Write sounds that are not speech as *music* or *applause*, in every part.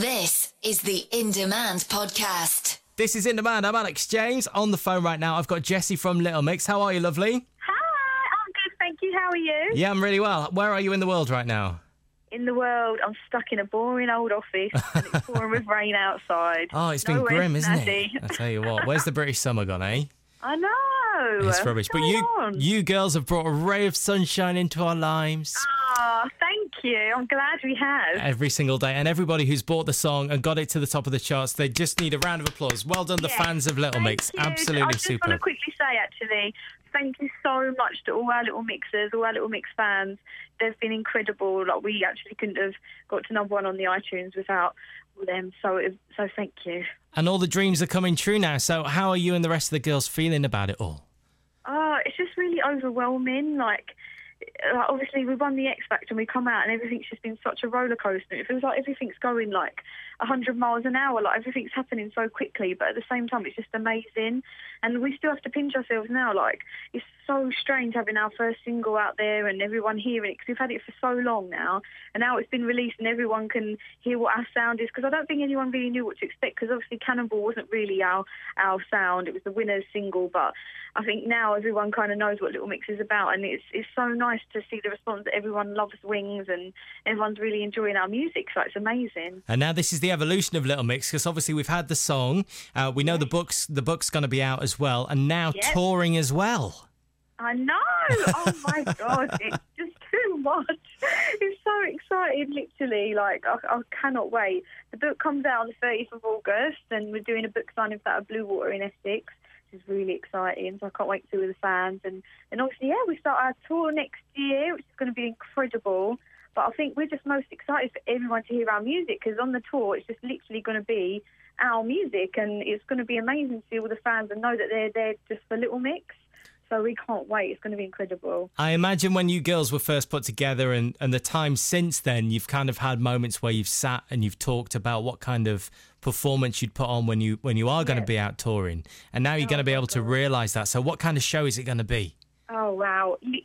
This is the In Demand Podcast. This is In Demand. I'm Alex James. On the phone right now, I've got Jessie from Little Mix. How are you, lovely? Hi, I'm good, thank you. How are you? Yeah, I'm really well. Where are you in the world right now? In the world, I'm stuck in a boring old office and it's pouring with rain outside. Oh, it's been Nowhere grim, isn't snazzy. it? I tell you what, where's the British summer gone, *laughs* eh? I know. It's What's rubbish. But going you on? you girls have brought a ray of sunshine into our lives Ah, thank you. I'm glad we have. every single day. And everybody who's bought the song and got it to the top of the charts, they just need a round of applause. Well done, the Yeah. fans of Little Thank Mix. you. I Absolutely just want to super. quickly say, actually, thank you so much to all our little mixers, all our little mix fans. They've been incredible. Like we actually couldn't have got to number one on the iTunes without them. So, it, so thank you. And all the dreams are coming true now. So, how are you and the rest of the girls feeling about it all? Oh, it's just really overwhelming. Like, uh, obviously, we won the X Factor and we come out, and everything's just been such a roller coaster. It feels like everything's going like 100 miles an hour. Like, everything's happening so quickly, but at the same time, it's just amazing. And we still have to pinch ourselves now. Like, it's so strange having our first single out there and everyone hearing it because we've had it for so long now. And now it's been released, and everyone can hear what our sound is because I don't think anyone really knew what to expect because obviously, Cannonball wasn't really our, our sound, it was the winner's single, but. I think now everyone kind of knows what Little Mix is about, and it's it's so nice to see the response that everyone loves Wings and everyone's really enjoying our music. So it's amazing. And now this is the evolution of Little Mix because obviously we've had the song, uh, we know the books, the book's going to be out as well, and now Yep. touring as well. I know. Oh my god, it's just too much. It's so exciting, literally. Like I, I cannot wait. The book comes out on the 30th of August, and we're doing a book signing for that at Blue Water in Essex. Which is really exciting. So I can't wait to see all the fans, and and obviously, yeah, we start our tour next year, which is going to be incredible. But I think we're just most excited for everyone to hear our music because on the tour, it's just literally going to be our music, and it's going to be amazing to see all the fans and know that they're there just for Little Mix. So we can't wait. It's going to be incredible. I imagine when you girls were first put together and, and the time since then, you've kind of had moments where you've sat and you've talked about what kind of performance you'd put on when you when you are going to be Yeah. out touring. And now you're going to be able to realise that. So what kind of show is it going to be? Oh wow! Do you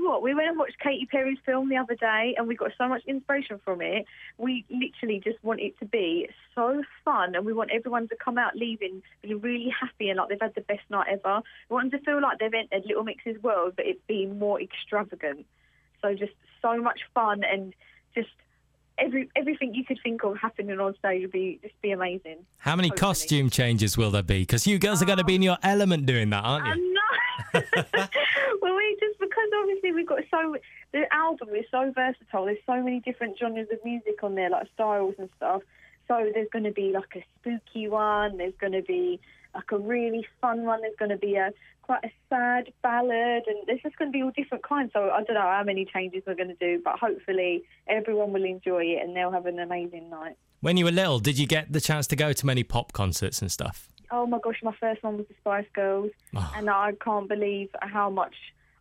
know what? We went and watched Katy Perry's film the other day, and we got so much inspiration from it. We literally just want it to be so fun, and we want everyone to come out leaving feeling really happy and like they've had the best night ever. We want them to feel like they've entered Little Mix's world, but it being more extravagant. So just so much fun and just every everything you could think of happening on stage would be just be amazing. How many Hopefully. costume changes will there be? Because you girls are going to be in your element doing that, aren't you? I'm not. *laughs* well, we just because obviously we've got so the album is so versatile. There's so many different genres of music on there, like styles and stuff. So there's going to be like a spooky one. There's going to be like a really fun one. There's going to be a quite a sad ballad, and there's just going to be all different kinds. So I don't know how many changes we're going to do, but hopefully everyone will enjoy it and they'll have an amazing night. When you were little, did you get the chance to go to many pop concerts and stuff? Oh my gosh, my first one was the Spice Girls, Oh. and I can't believe how much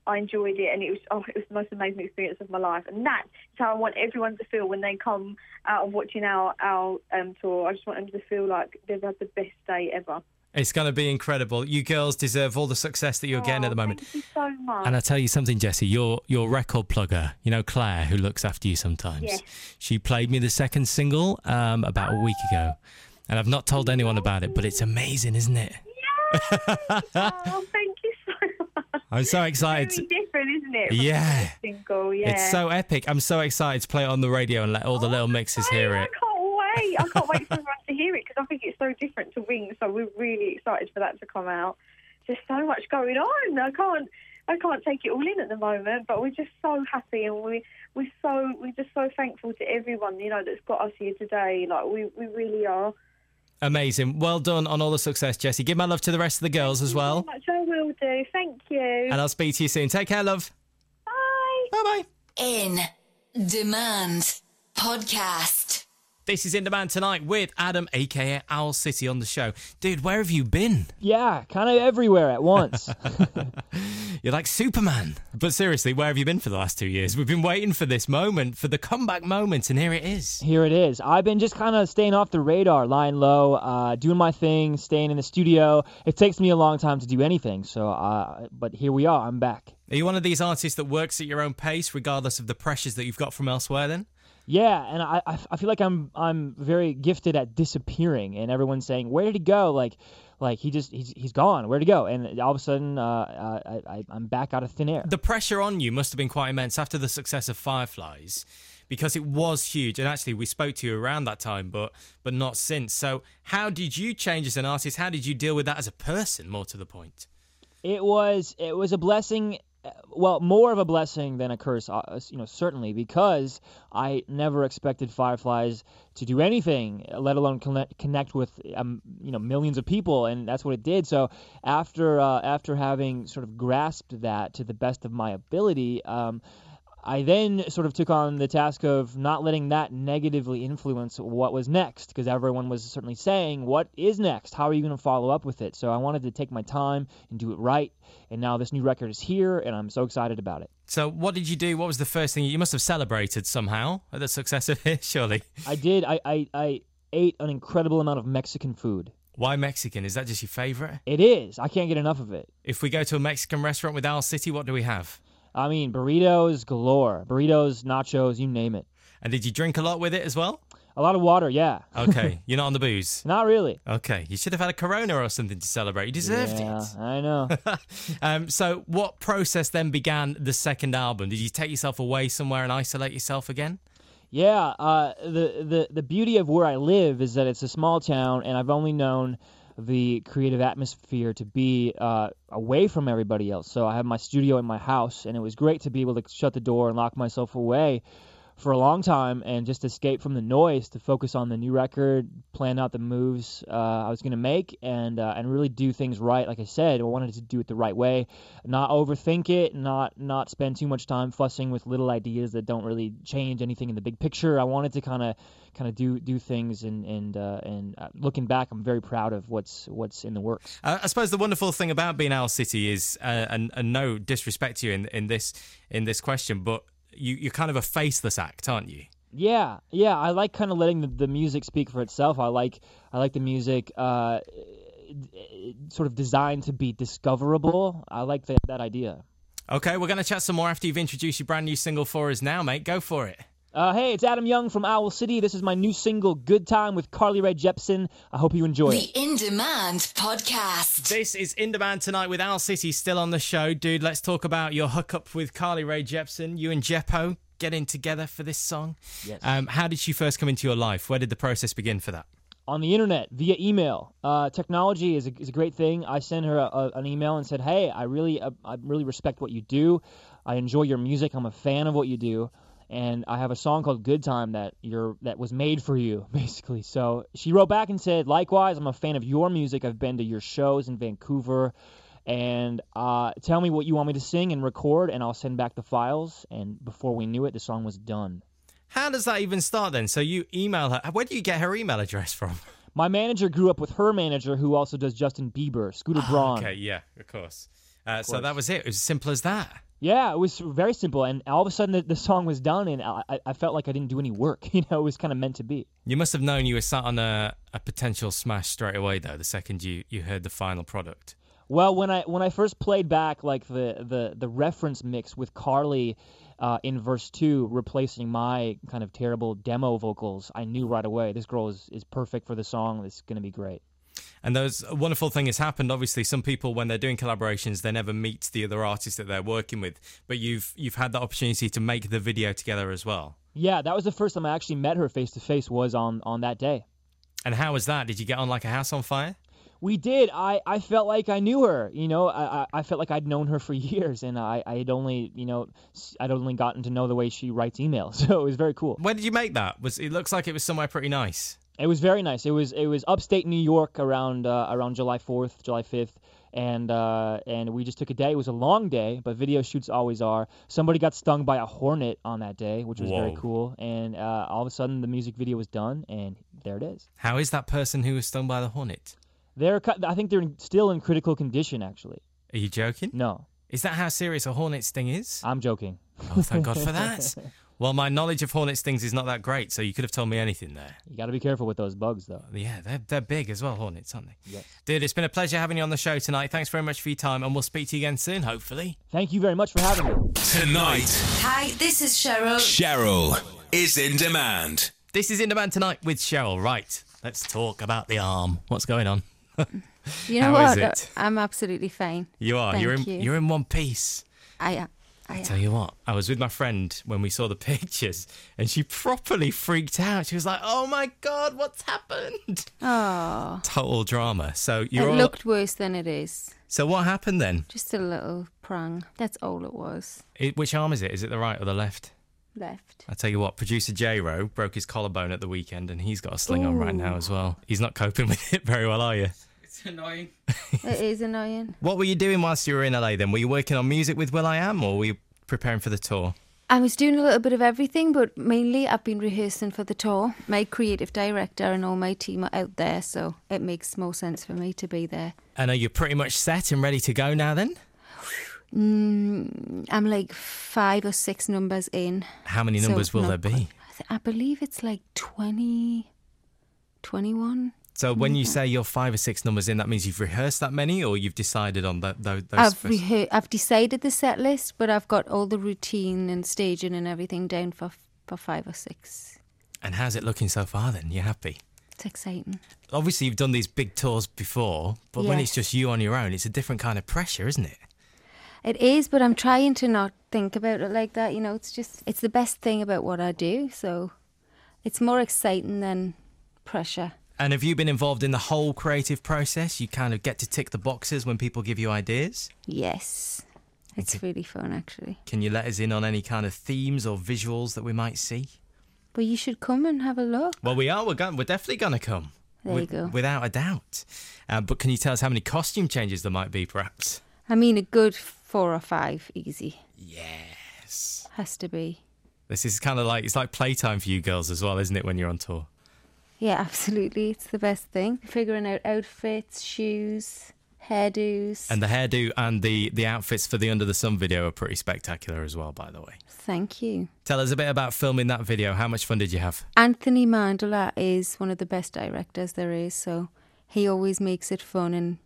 I enjoyed it. And it was oh, it was the most amazing experience of my life. And that is how I want everyone to feel when they come out of watching our our um, tour. I just want them to feel like they've had the best day ever. It's going to be incredible. You girls deserve all the success that you're getting at the Oh, moment. Thank you so much. And I tell you something, Jesse, your your record plugger, you know Claire, who looks after you sometimes. Yes. She played me the second single um, about a week ago, and I've not told anyone about it, but it's amazing, isn't it? Yay! *laughs* oh, thank you so much. I'm so It's excited. very different, isn't it? from the Yeah. Single, yeah. Oh, It's so epic. I'm so excited to play it on the radio and let all the little mixers hear I it. can't wait. I can't wait for everyone to hear it because I think it's so different to Wings. So we're really excited for that to come out. There's so much going on. I can't. I can't take it all in at the moment, but we're just so happy and we we're so we're just so thankful to everyone you know that's got us here today. Like we, we really are. Amazing. Well done on all the success, Jesse. Give my love to the rest of the girls as well. Thank you so much. I will do. Thank you. And I'll speak to you soon. Take care, love. Bye. Bye bye. In Demand Podcast. This is In Demand Tonight with Adam, aka Owl City, on the show. Dude, where have you been? Yeah, kind of everywhere at once. You're like Superman. But seriously, where have you been for the last two years? We've been waiting for this moment, for the comeback moment, and here it is. Here it is. I've been just kind of staying off the radar, lying low, uh, doing my thing, staying in the studio. It takes me a long time to do anything, so uh, but here we are. I'm back. Are you one of these artists that works at your own pace, regardless of the pressures that you've got from elsewhere then? Yeah, and I, I I feel like I'm I'm very gifted at disappearing, and everyone's saying, "Where did he go?" Like, like he just he's he's gone. Where would he go? And all of a sudden, uh, I, I I'm back out of thin air. The pressure on you must have been quite immense after the success of Fireflies, because it was huge. And actually, we spoke to you around that time, but but not since. So, how did you change as an artist? How did you deal with that as a person? More to the point. It was it was a blessing uh, well, more of a blessing than a curse, uh, you know, certainly, because I never expected Fireflies to do anything, let alone connect, connect with, um, you know, millions of people, and that's what it did. So after uh, after having sort of grasped that to the best of my ability. Um, I then sort of took on the task of not letting that negatively influence what was next, because everyone was certainly saying, What is next? How are you going to follow up with it? So I wanted to take my time and do it right. And now this new record is here, and I'm so excited about it. So, what did you do? What was the first thing you must have celebrated somehow at the success of it? *laughs* Surely, I did. I, I, I ate an incredible amount of Mexican food. Why Mexican? Is that just your favorite? It is. I can't get enough of it. If we go to a Mexican restaurant with Owl City, what do we have? I mean, burritos galore. Burritos, nachos, you name it. And did you drink a lot with it as well? A lot of water, yeah. Okay, you're not on the booze. *laughs* Not really. Okay, you should have had a Corona or something to celebrate. You deserved Yeah, I know. it. um, so, what process then began the second album? Did you take yourself away somewhere and isolate yourself again? Yeah, uh, the, the the beauty of where I live is that it's a small town, and I've only known the creative atmosphere to be uh, away from everybody else. So I have my studio in my house, and it was great to be able to shut the door and lock myself away for a long time and just escape from the noise to focus on the new record, plan out the moves uh, I was going to make, and uh, and really do things right. Like I said, I wanted to do it the right way, not overthink it, not not spend too much time fussing with little ideas that don't really change anything in the big picture. I wanted to kind of kind of do do things, and and uh, and uh, looking back, I'm very proud of what's what's in the works. Uh, I suppose the wonderful thing about being Owl City is, uh, and, and no disrespect to you in, in this in this question, but you, you're kind of a faceless act, aren't you? Yeah, yeah. I like kind of letting the, the music speak for itself. I like I like the music uh, sort of designed to be discoverable. I like that that idea. Okay, we're going to chat some more after you've introduced your brand new single for us now, mate. Go for it. Uh, hey, it's Adam Young from Owl City. This is my new single, Good Time, with Carly Rae Jepsen. I hope you enjoy The it. In Demand Podcast. This is In Demand Tonight with Al City still on the show. Dude, let's talk about your hookup with Carly Rae Jepsen. You and Jeppo getting together for this song. Yes. Um, how did she first come into your life? Where did the process begin for that? On the internet, via email. Uh, technology is a, is a great thing. I sent her a, a, an email and said, hey, I really, uh, I really respect what you do. I enjoy your music. I'm a fan of what you do. And I have a song called Good Time that you're, that was made for you, *laughs* basically. So she wrote back and said, likewise, I'm a fan of your music. I've been to your shows in Vancouver. and uh, tell me what you want me to sing and record, and I'll send back the files. And before we knew it, the song was done. How does that even start then? So you email her. Where do you get her email address from? My manager grew up with her manager, who also does Justin Bieber, Scooter Braun. Ah, Okay, yeah, of course. Uh, so that was it. It was as simple as that. Yeah, it was very simple, and all of a sudden the, the song was done, and I, I- I felt like I didn't do any work. *laughs* You know, it was kind of meant to be. You must have known you were sat on a, a potential smash straight away, though, the second you, you heard the final product. Well, when I when I first played back like the the, the reference mix with Carly uh, in verse two, replacing my kind of terrible demo vocals, I knew right away this girl is, is perfect for the song. It's going to be great. And those a wonderful thing has happened. Obviously, some people when they're doing collaborations, they never meet the other artist that they're working with. But you've you've had the opportunity to make the video together as well. Yeah, that was the first time I actually met her face to face was on on that day. And how was that? Did you get on like a house on fire? We did. I, I felt like I knew her. You know, I, I- I felt like I'd known her for *laughs* years, and I, I had only you know s- I'd only gotten to know the way she writes emails. *laughs* So it was very cool. Where did you make that? Was it looks like it was somewhere pretty nice. It was very nice. It was it was upstate New York around uh, around July fourth, July fifth, and uh, and we just took a day. It was a long day, but video shoots always are. Somebody got stung by a hornet on that day, which was very Whoa. cool. And uh, all of a sudden, the music video was done, and there it is. How is that person who was stung by the hornet? They're cu- I think they're in- still in critical condition. Actually, Are you joking? no, Is that how serious a hornet sting is? I'm joking. Oh, thank God for that. Well, my knowledge of hornet stings is not that great, so you could have told me anything there. You got to be careful with those bugs, though. Yeah, they're, they're big as well, hornets, aren't they? Yes. Dude, it's been a pleasure having you on the show tonight. Thanks very much for your time, and we'll speak to you again soon, hopefully. Thank you very much for having me. Tonight, Hi, this is Cheryl. Cheryl is in demand. This is In Demand Tonight with Cheryl. Right, let's talk about the arm. What's going on? You know How is what? it? I'm absolutely fine. You are. you're in. Thank you. You're in one piece. I am. I uh, am. Tell you what, I was with my friend when we saw the *laughs* pictures, and she properly freaked out. She was like, "Oh my god, what's happened?" Oh, Total drama. So it you're all. looked worse than it is. So what happened then? Just a little prong. That's all it was. It, which arm is it? Is it the right or the left? *laughs* Left. I tell you what, producer J Ro broke his collarbone at the weekend, and he's got a sling on right now as well. He's not coping *laughs* with it very well, are you? It's annoying. It is annoying. What were you doing whilst you were in LA? Then were you working on music with Will I Am, or were you preparing for the tour? I was doing a little bit of everything, but mainly I've been rehearsing for the tour. My creative director and all my team are out there, so it makes more sense for me to be there. And are you pretty much set and ready to go now? Then Mm, I'm like five or six numbers in. how many So numbers will not there be? quite- I th- I believe it's like 20, 21. So when you say you're five or six numbers in, that means you've rehearsed that many, or you've decided on tho- tho- those. I've first- rehe- I've decided the set list, but I've got all the routine and staging and everything down for for five or six. and how's it looking so far? Then you're happy. It's exciting. Obviously, you've done these big tours before, but when it's Yes. just you on your own, it's a different kind of pressure, isn't it? It is, but I'm trying to not think about it like that. You know, it's just it's the best thing about what I do. So it's more exciting than pressure. And have you been involved in the whole creative process? You kind of get to tick the boxes when people give you ideas. Yes, it's really fun actually. Can you let us in on any kind of themes or visuals that we might see? But you should come and have a look. Well, we are. We're going. We're definitely going to come. There Wi- you go. Without a doubt. Uh, but can you tell us how many costume changes there might be, perhaps? I mean, a good four or five, easy Yes. has to be. This is kind of like it's like playtime for you girls as well, isn't it? When you're on tour, Yeah, *laughs* absolutely. It's the best thing. Figuring out outfits, shoes, hairdos. and the hairdo and the the outfits for the Under the Sun video are pretty spectacular as well. By the way, Thank you. tell us a bit about filming that video. How much fun did you have? Anthony Mandela is one of the best directors there is, so he always makes it fun and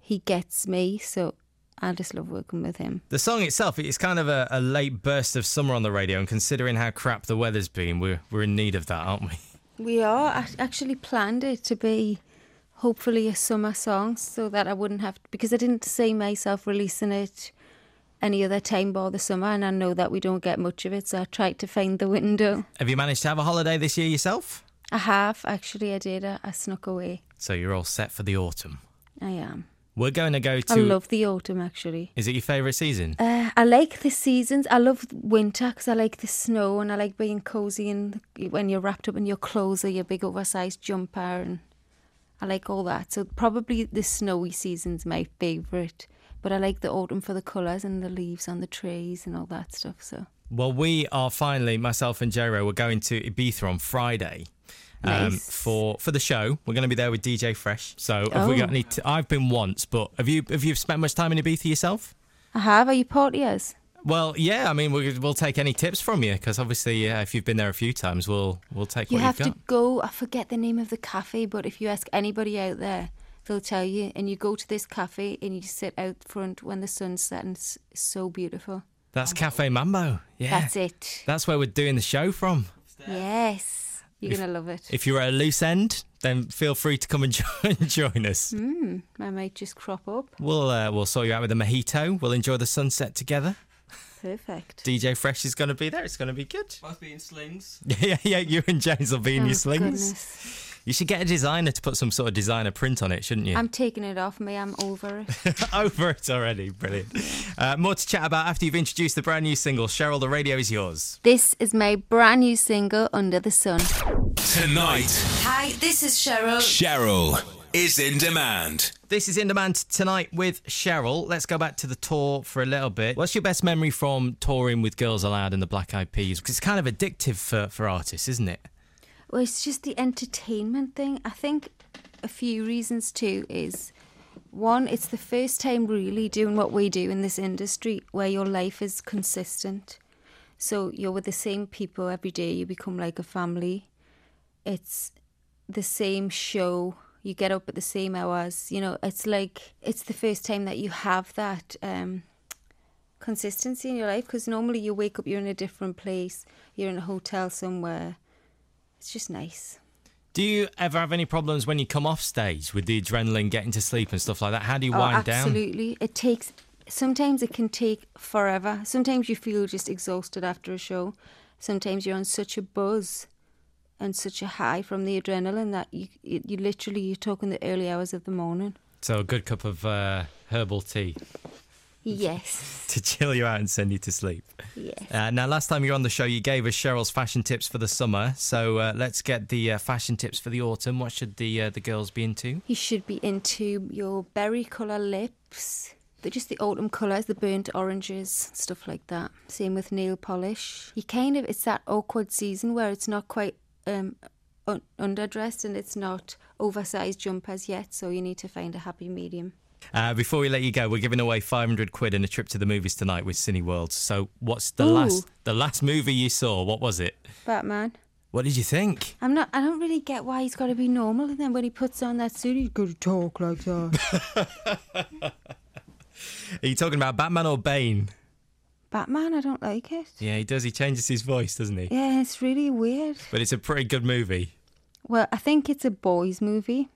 he gets me, so I just love working with him. The song itself, it's kind of a, a late burst of summer on the radio, and considering how crap the weather's been, we're we're in need of that, aren't we? *laughs* We are I actually planned it to be hopefully a summer song so that I wouldn't have because I didn't see myself releasing it any other time bar the summer and I know that we don't get much of it, so I tried to find the window. Have you managed to have a holiday this year yourself? I have actually. I did. I, I snuck away. So you're all set for the autumn. I am. We're going to go to. I love the autumn actually. Is it your favourite season? Uh, I like the seasons. I love winter because I like the snow and I like being cozy and when you're wrapped up in your clothes or your big oversized jumper and I like all that. So probably the snowy season's my favourite. But I like the autumn for the colours and the leaves on the trees and all that stuff. So Well, we are finally, myself and Jero, we're going to Ibiza on Friday. um, Nice. for for the show, we're going to be there with DJ Fresh. So, have we Oh. got any? T- I've been once, but have you have you spent much time in Ibiza yourself? I have. Are you partiers? Well, yeah. I mean, we, we'll take any tips from you because obviously, uh, if you've been there a few times, we'll we'll take You what have you've to got. go. I forget the name of the cafe, but if you ask anybody out there, they'll tell you. And you go to this cafe and you sit out front when the sun's setting. It's so beautiful. That's Cafe Mambo. Yeah, Oh. That's it. That's where we're doing the show from. Yes. You're If- going to love it. If you're at a loose end, then feel free to come and *laughs* join, join us. Hmm? I might just crop up. We'll uh, we'll sort you out with a mojito. We'll enjoy the sunset together. Perfect. DJ Fresh is going to be there. It's going to be good. *laughs* Both being slings. yeah, yeah. You and James will be in Oh, your slings. goodness. You should get a designer to put some sort of designer print on it, shouldn't you? I'm taking it off me. I'm over *laughs* it. *laughs* Over it already. Brilliant. Uh, more to chat about after you've introduced the brand new single. Cheryl, the radio is yours. this is my brand new single, Under the Sun. Tonight, Hi, this is Cheryl. Cheryl is in demand. This is In Demand tonight with Cheryl. Let's go back to the tour for a little bit. What's your best memory from touring with Girls Aloud and the Black Eyed Peas? 'Cause it's kind of addictive for, for artists, isn't it? Well, it's just the entertainment thing. I think a few reasons too is one, it's the first time really doing what we do in this industry where your life is consistent. So you're with the same people every day, you become like a family. It's the same show, you get up at the same hours. You know, it's like it's the first time that you have that um, consistency in your life because normally you wake up, you're in a different place, you're in a hotel somewhere. It's just nice. Do you ever have any problems when you come off stage with the adrenaline, getting to sleep and stuff like that? How do you wind oh, down? absolutely. It takes. Sometimes it can take forever. Sometimes you feel just exhausted after a show. Sometimes you're on such a buzz and such a high from the adrenaline that you you, you literally you're talking the early hours of the morning. So a good cup of uh, herbal tea *laughs* Yes. to chill you out and send you to sleep. Yes. Uh, now, last time you were on the show, you gave us Cheryl's fashion tips for the summer. So uh, let's get the uh, fashion tips for the autumn. What should the uh, the girls be into? You should be into your berry colour lips. They're just the autumn colours, the burnt oranges, stuff like that. Same with nail polish. You kind of, it's that awkward season where it's not quite um, un- underdressed and it's not oversized jumpers yet, so you need to find a happy medium. Uh, before we let you go, we're giving away 500 quid and a trip to the movies tonight with Cineworld. So what's the Ooh. last the last movie you saw? What was it? Batman. What did you think? I'm not, I don't really get why he's got to be normal and then when he puts on that suit, he's got to talk like that. Are you talking about Batman or Bane? Batman, I don't like it. Yeah, he does. He changes his voice, doesn't he? Yeah, it's really weird. But it's a pretty good movie. Well, I think it's a boys' movie.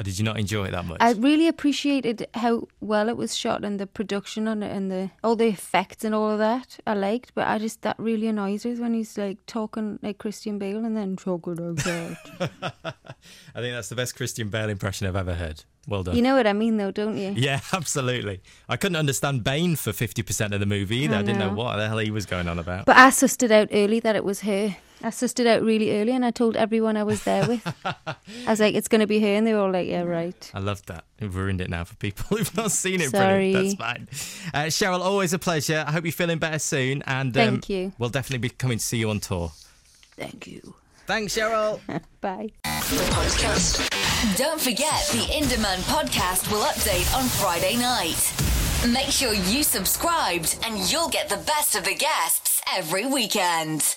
Or did you not enjoy it that much? I really appreciated how well it was shot and the production on it and the all the effects and all of that. I liked, but I just that really annoys us when he's like talking like Christian Bale and then *laughs* talking like that. I think that's the best Christian Bale impression I've ever heard. Well done. you know what I mean, though, don't you? yeah, *laughs* absolutely. I couldn't understand Bane for 50% of the movie either. I, didn't know know. what the hell he was going on about. But I sussed it out early that it was her. I sussed it out really early, and I told everyone I was there with. I was like, "It's going to be her," and they were all like, "Yeah, right." I love that. We've ruined it now for people *laughs* who've not seen it. Sorry. Brilliant. That's fine. Uh, Cheryl, always a pleasure. I hope you're feeling better soon. And um, Thank you. We'll definitely be coming to see you on tour. Thank you. Thanks, Cheryl. Bye. Don't forget, the In Demand podcast will update on Friday night. Make sure you subscribed and you'll get the best of the guests every weekend.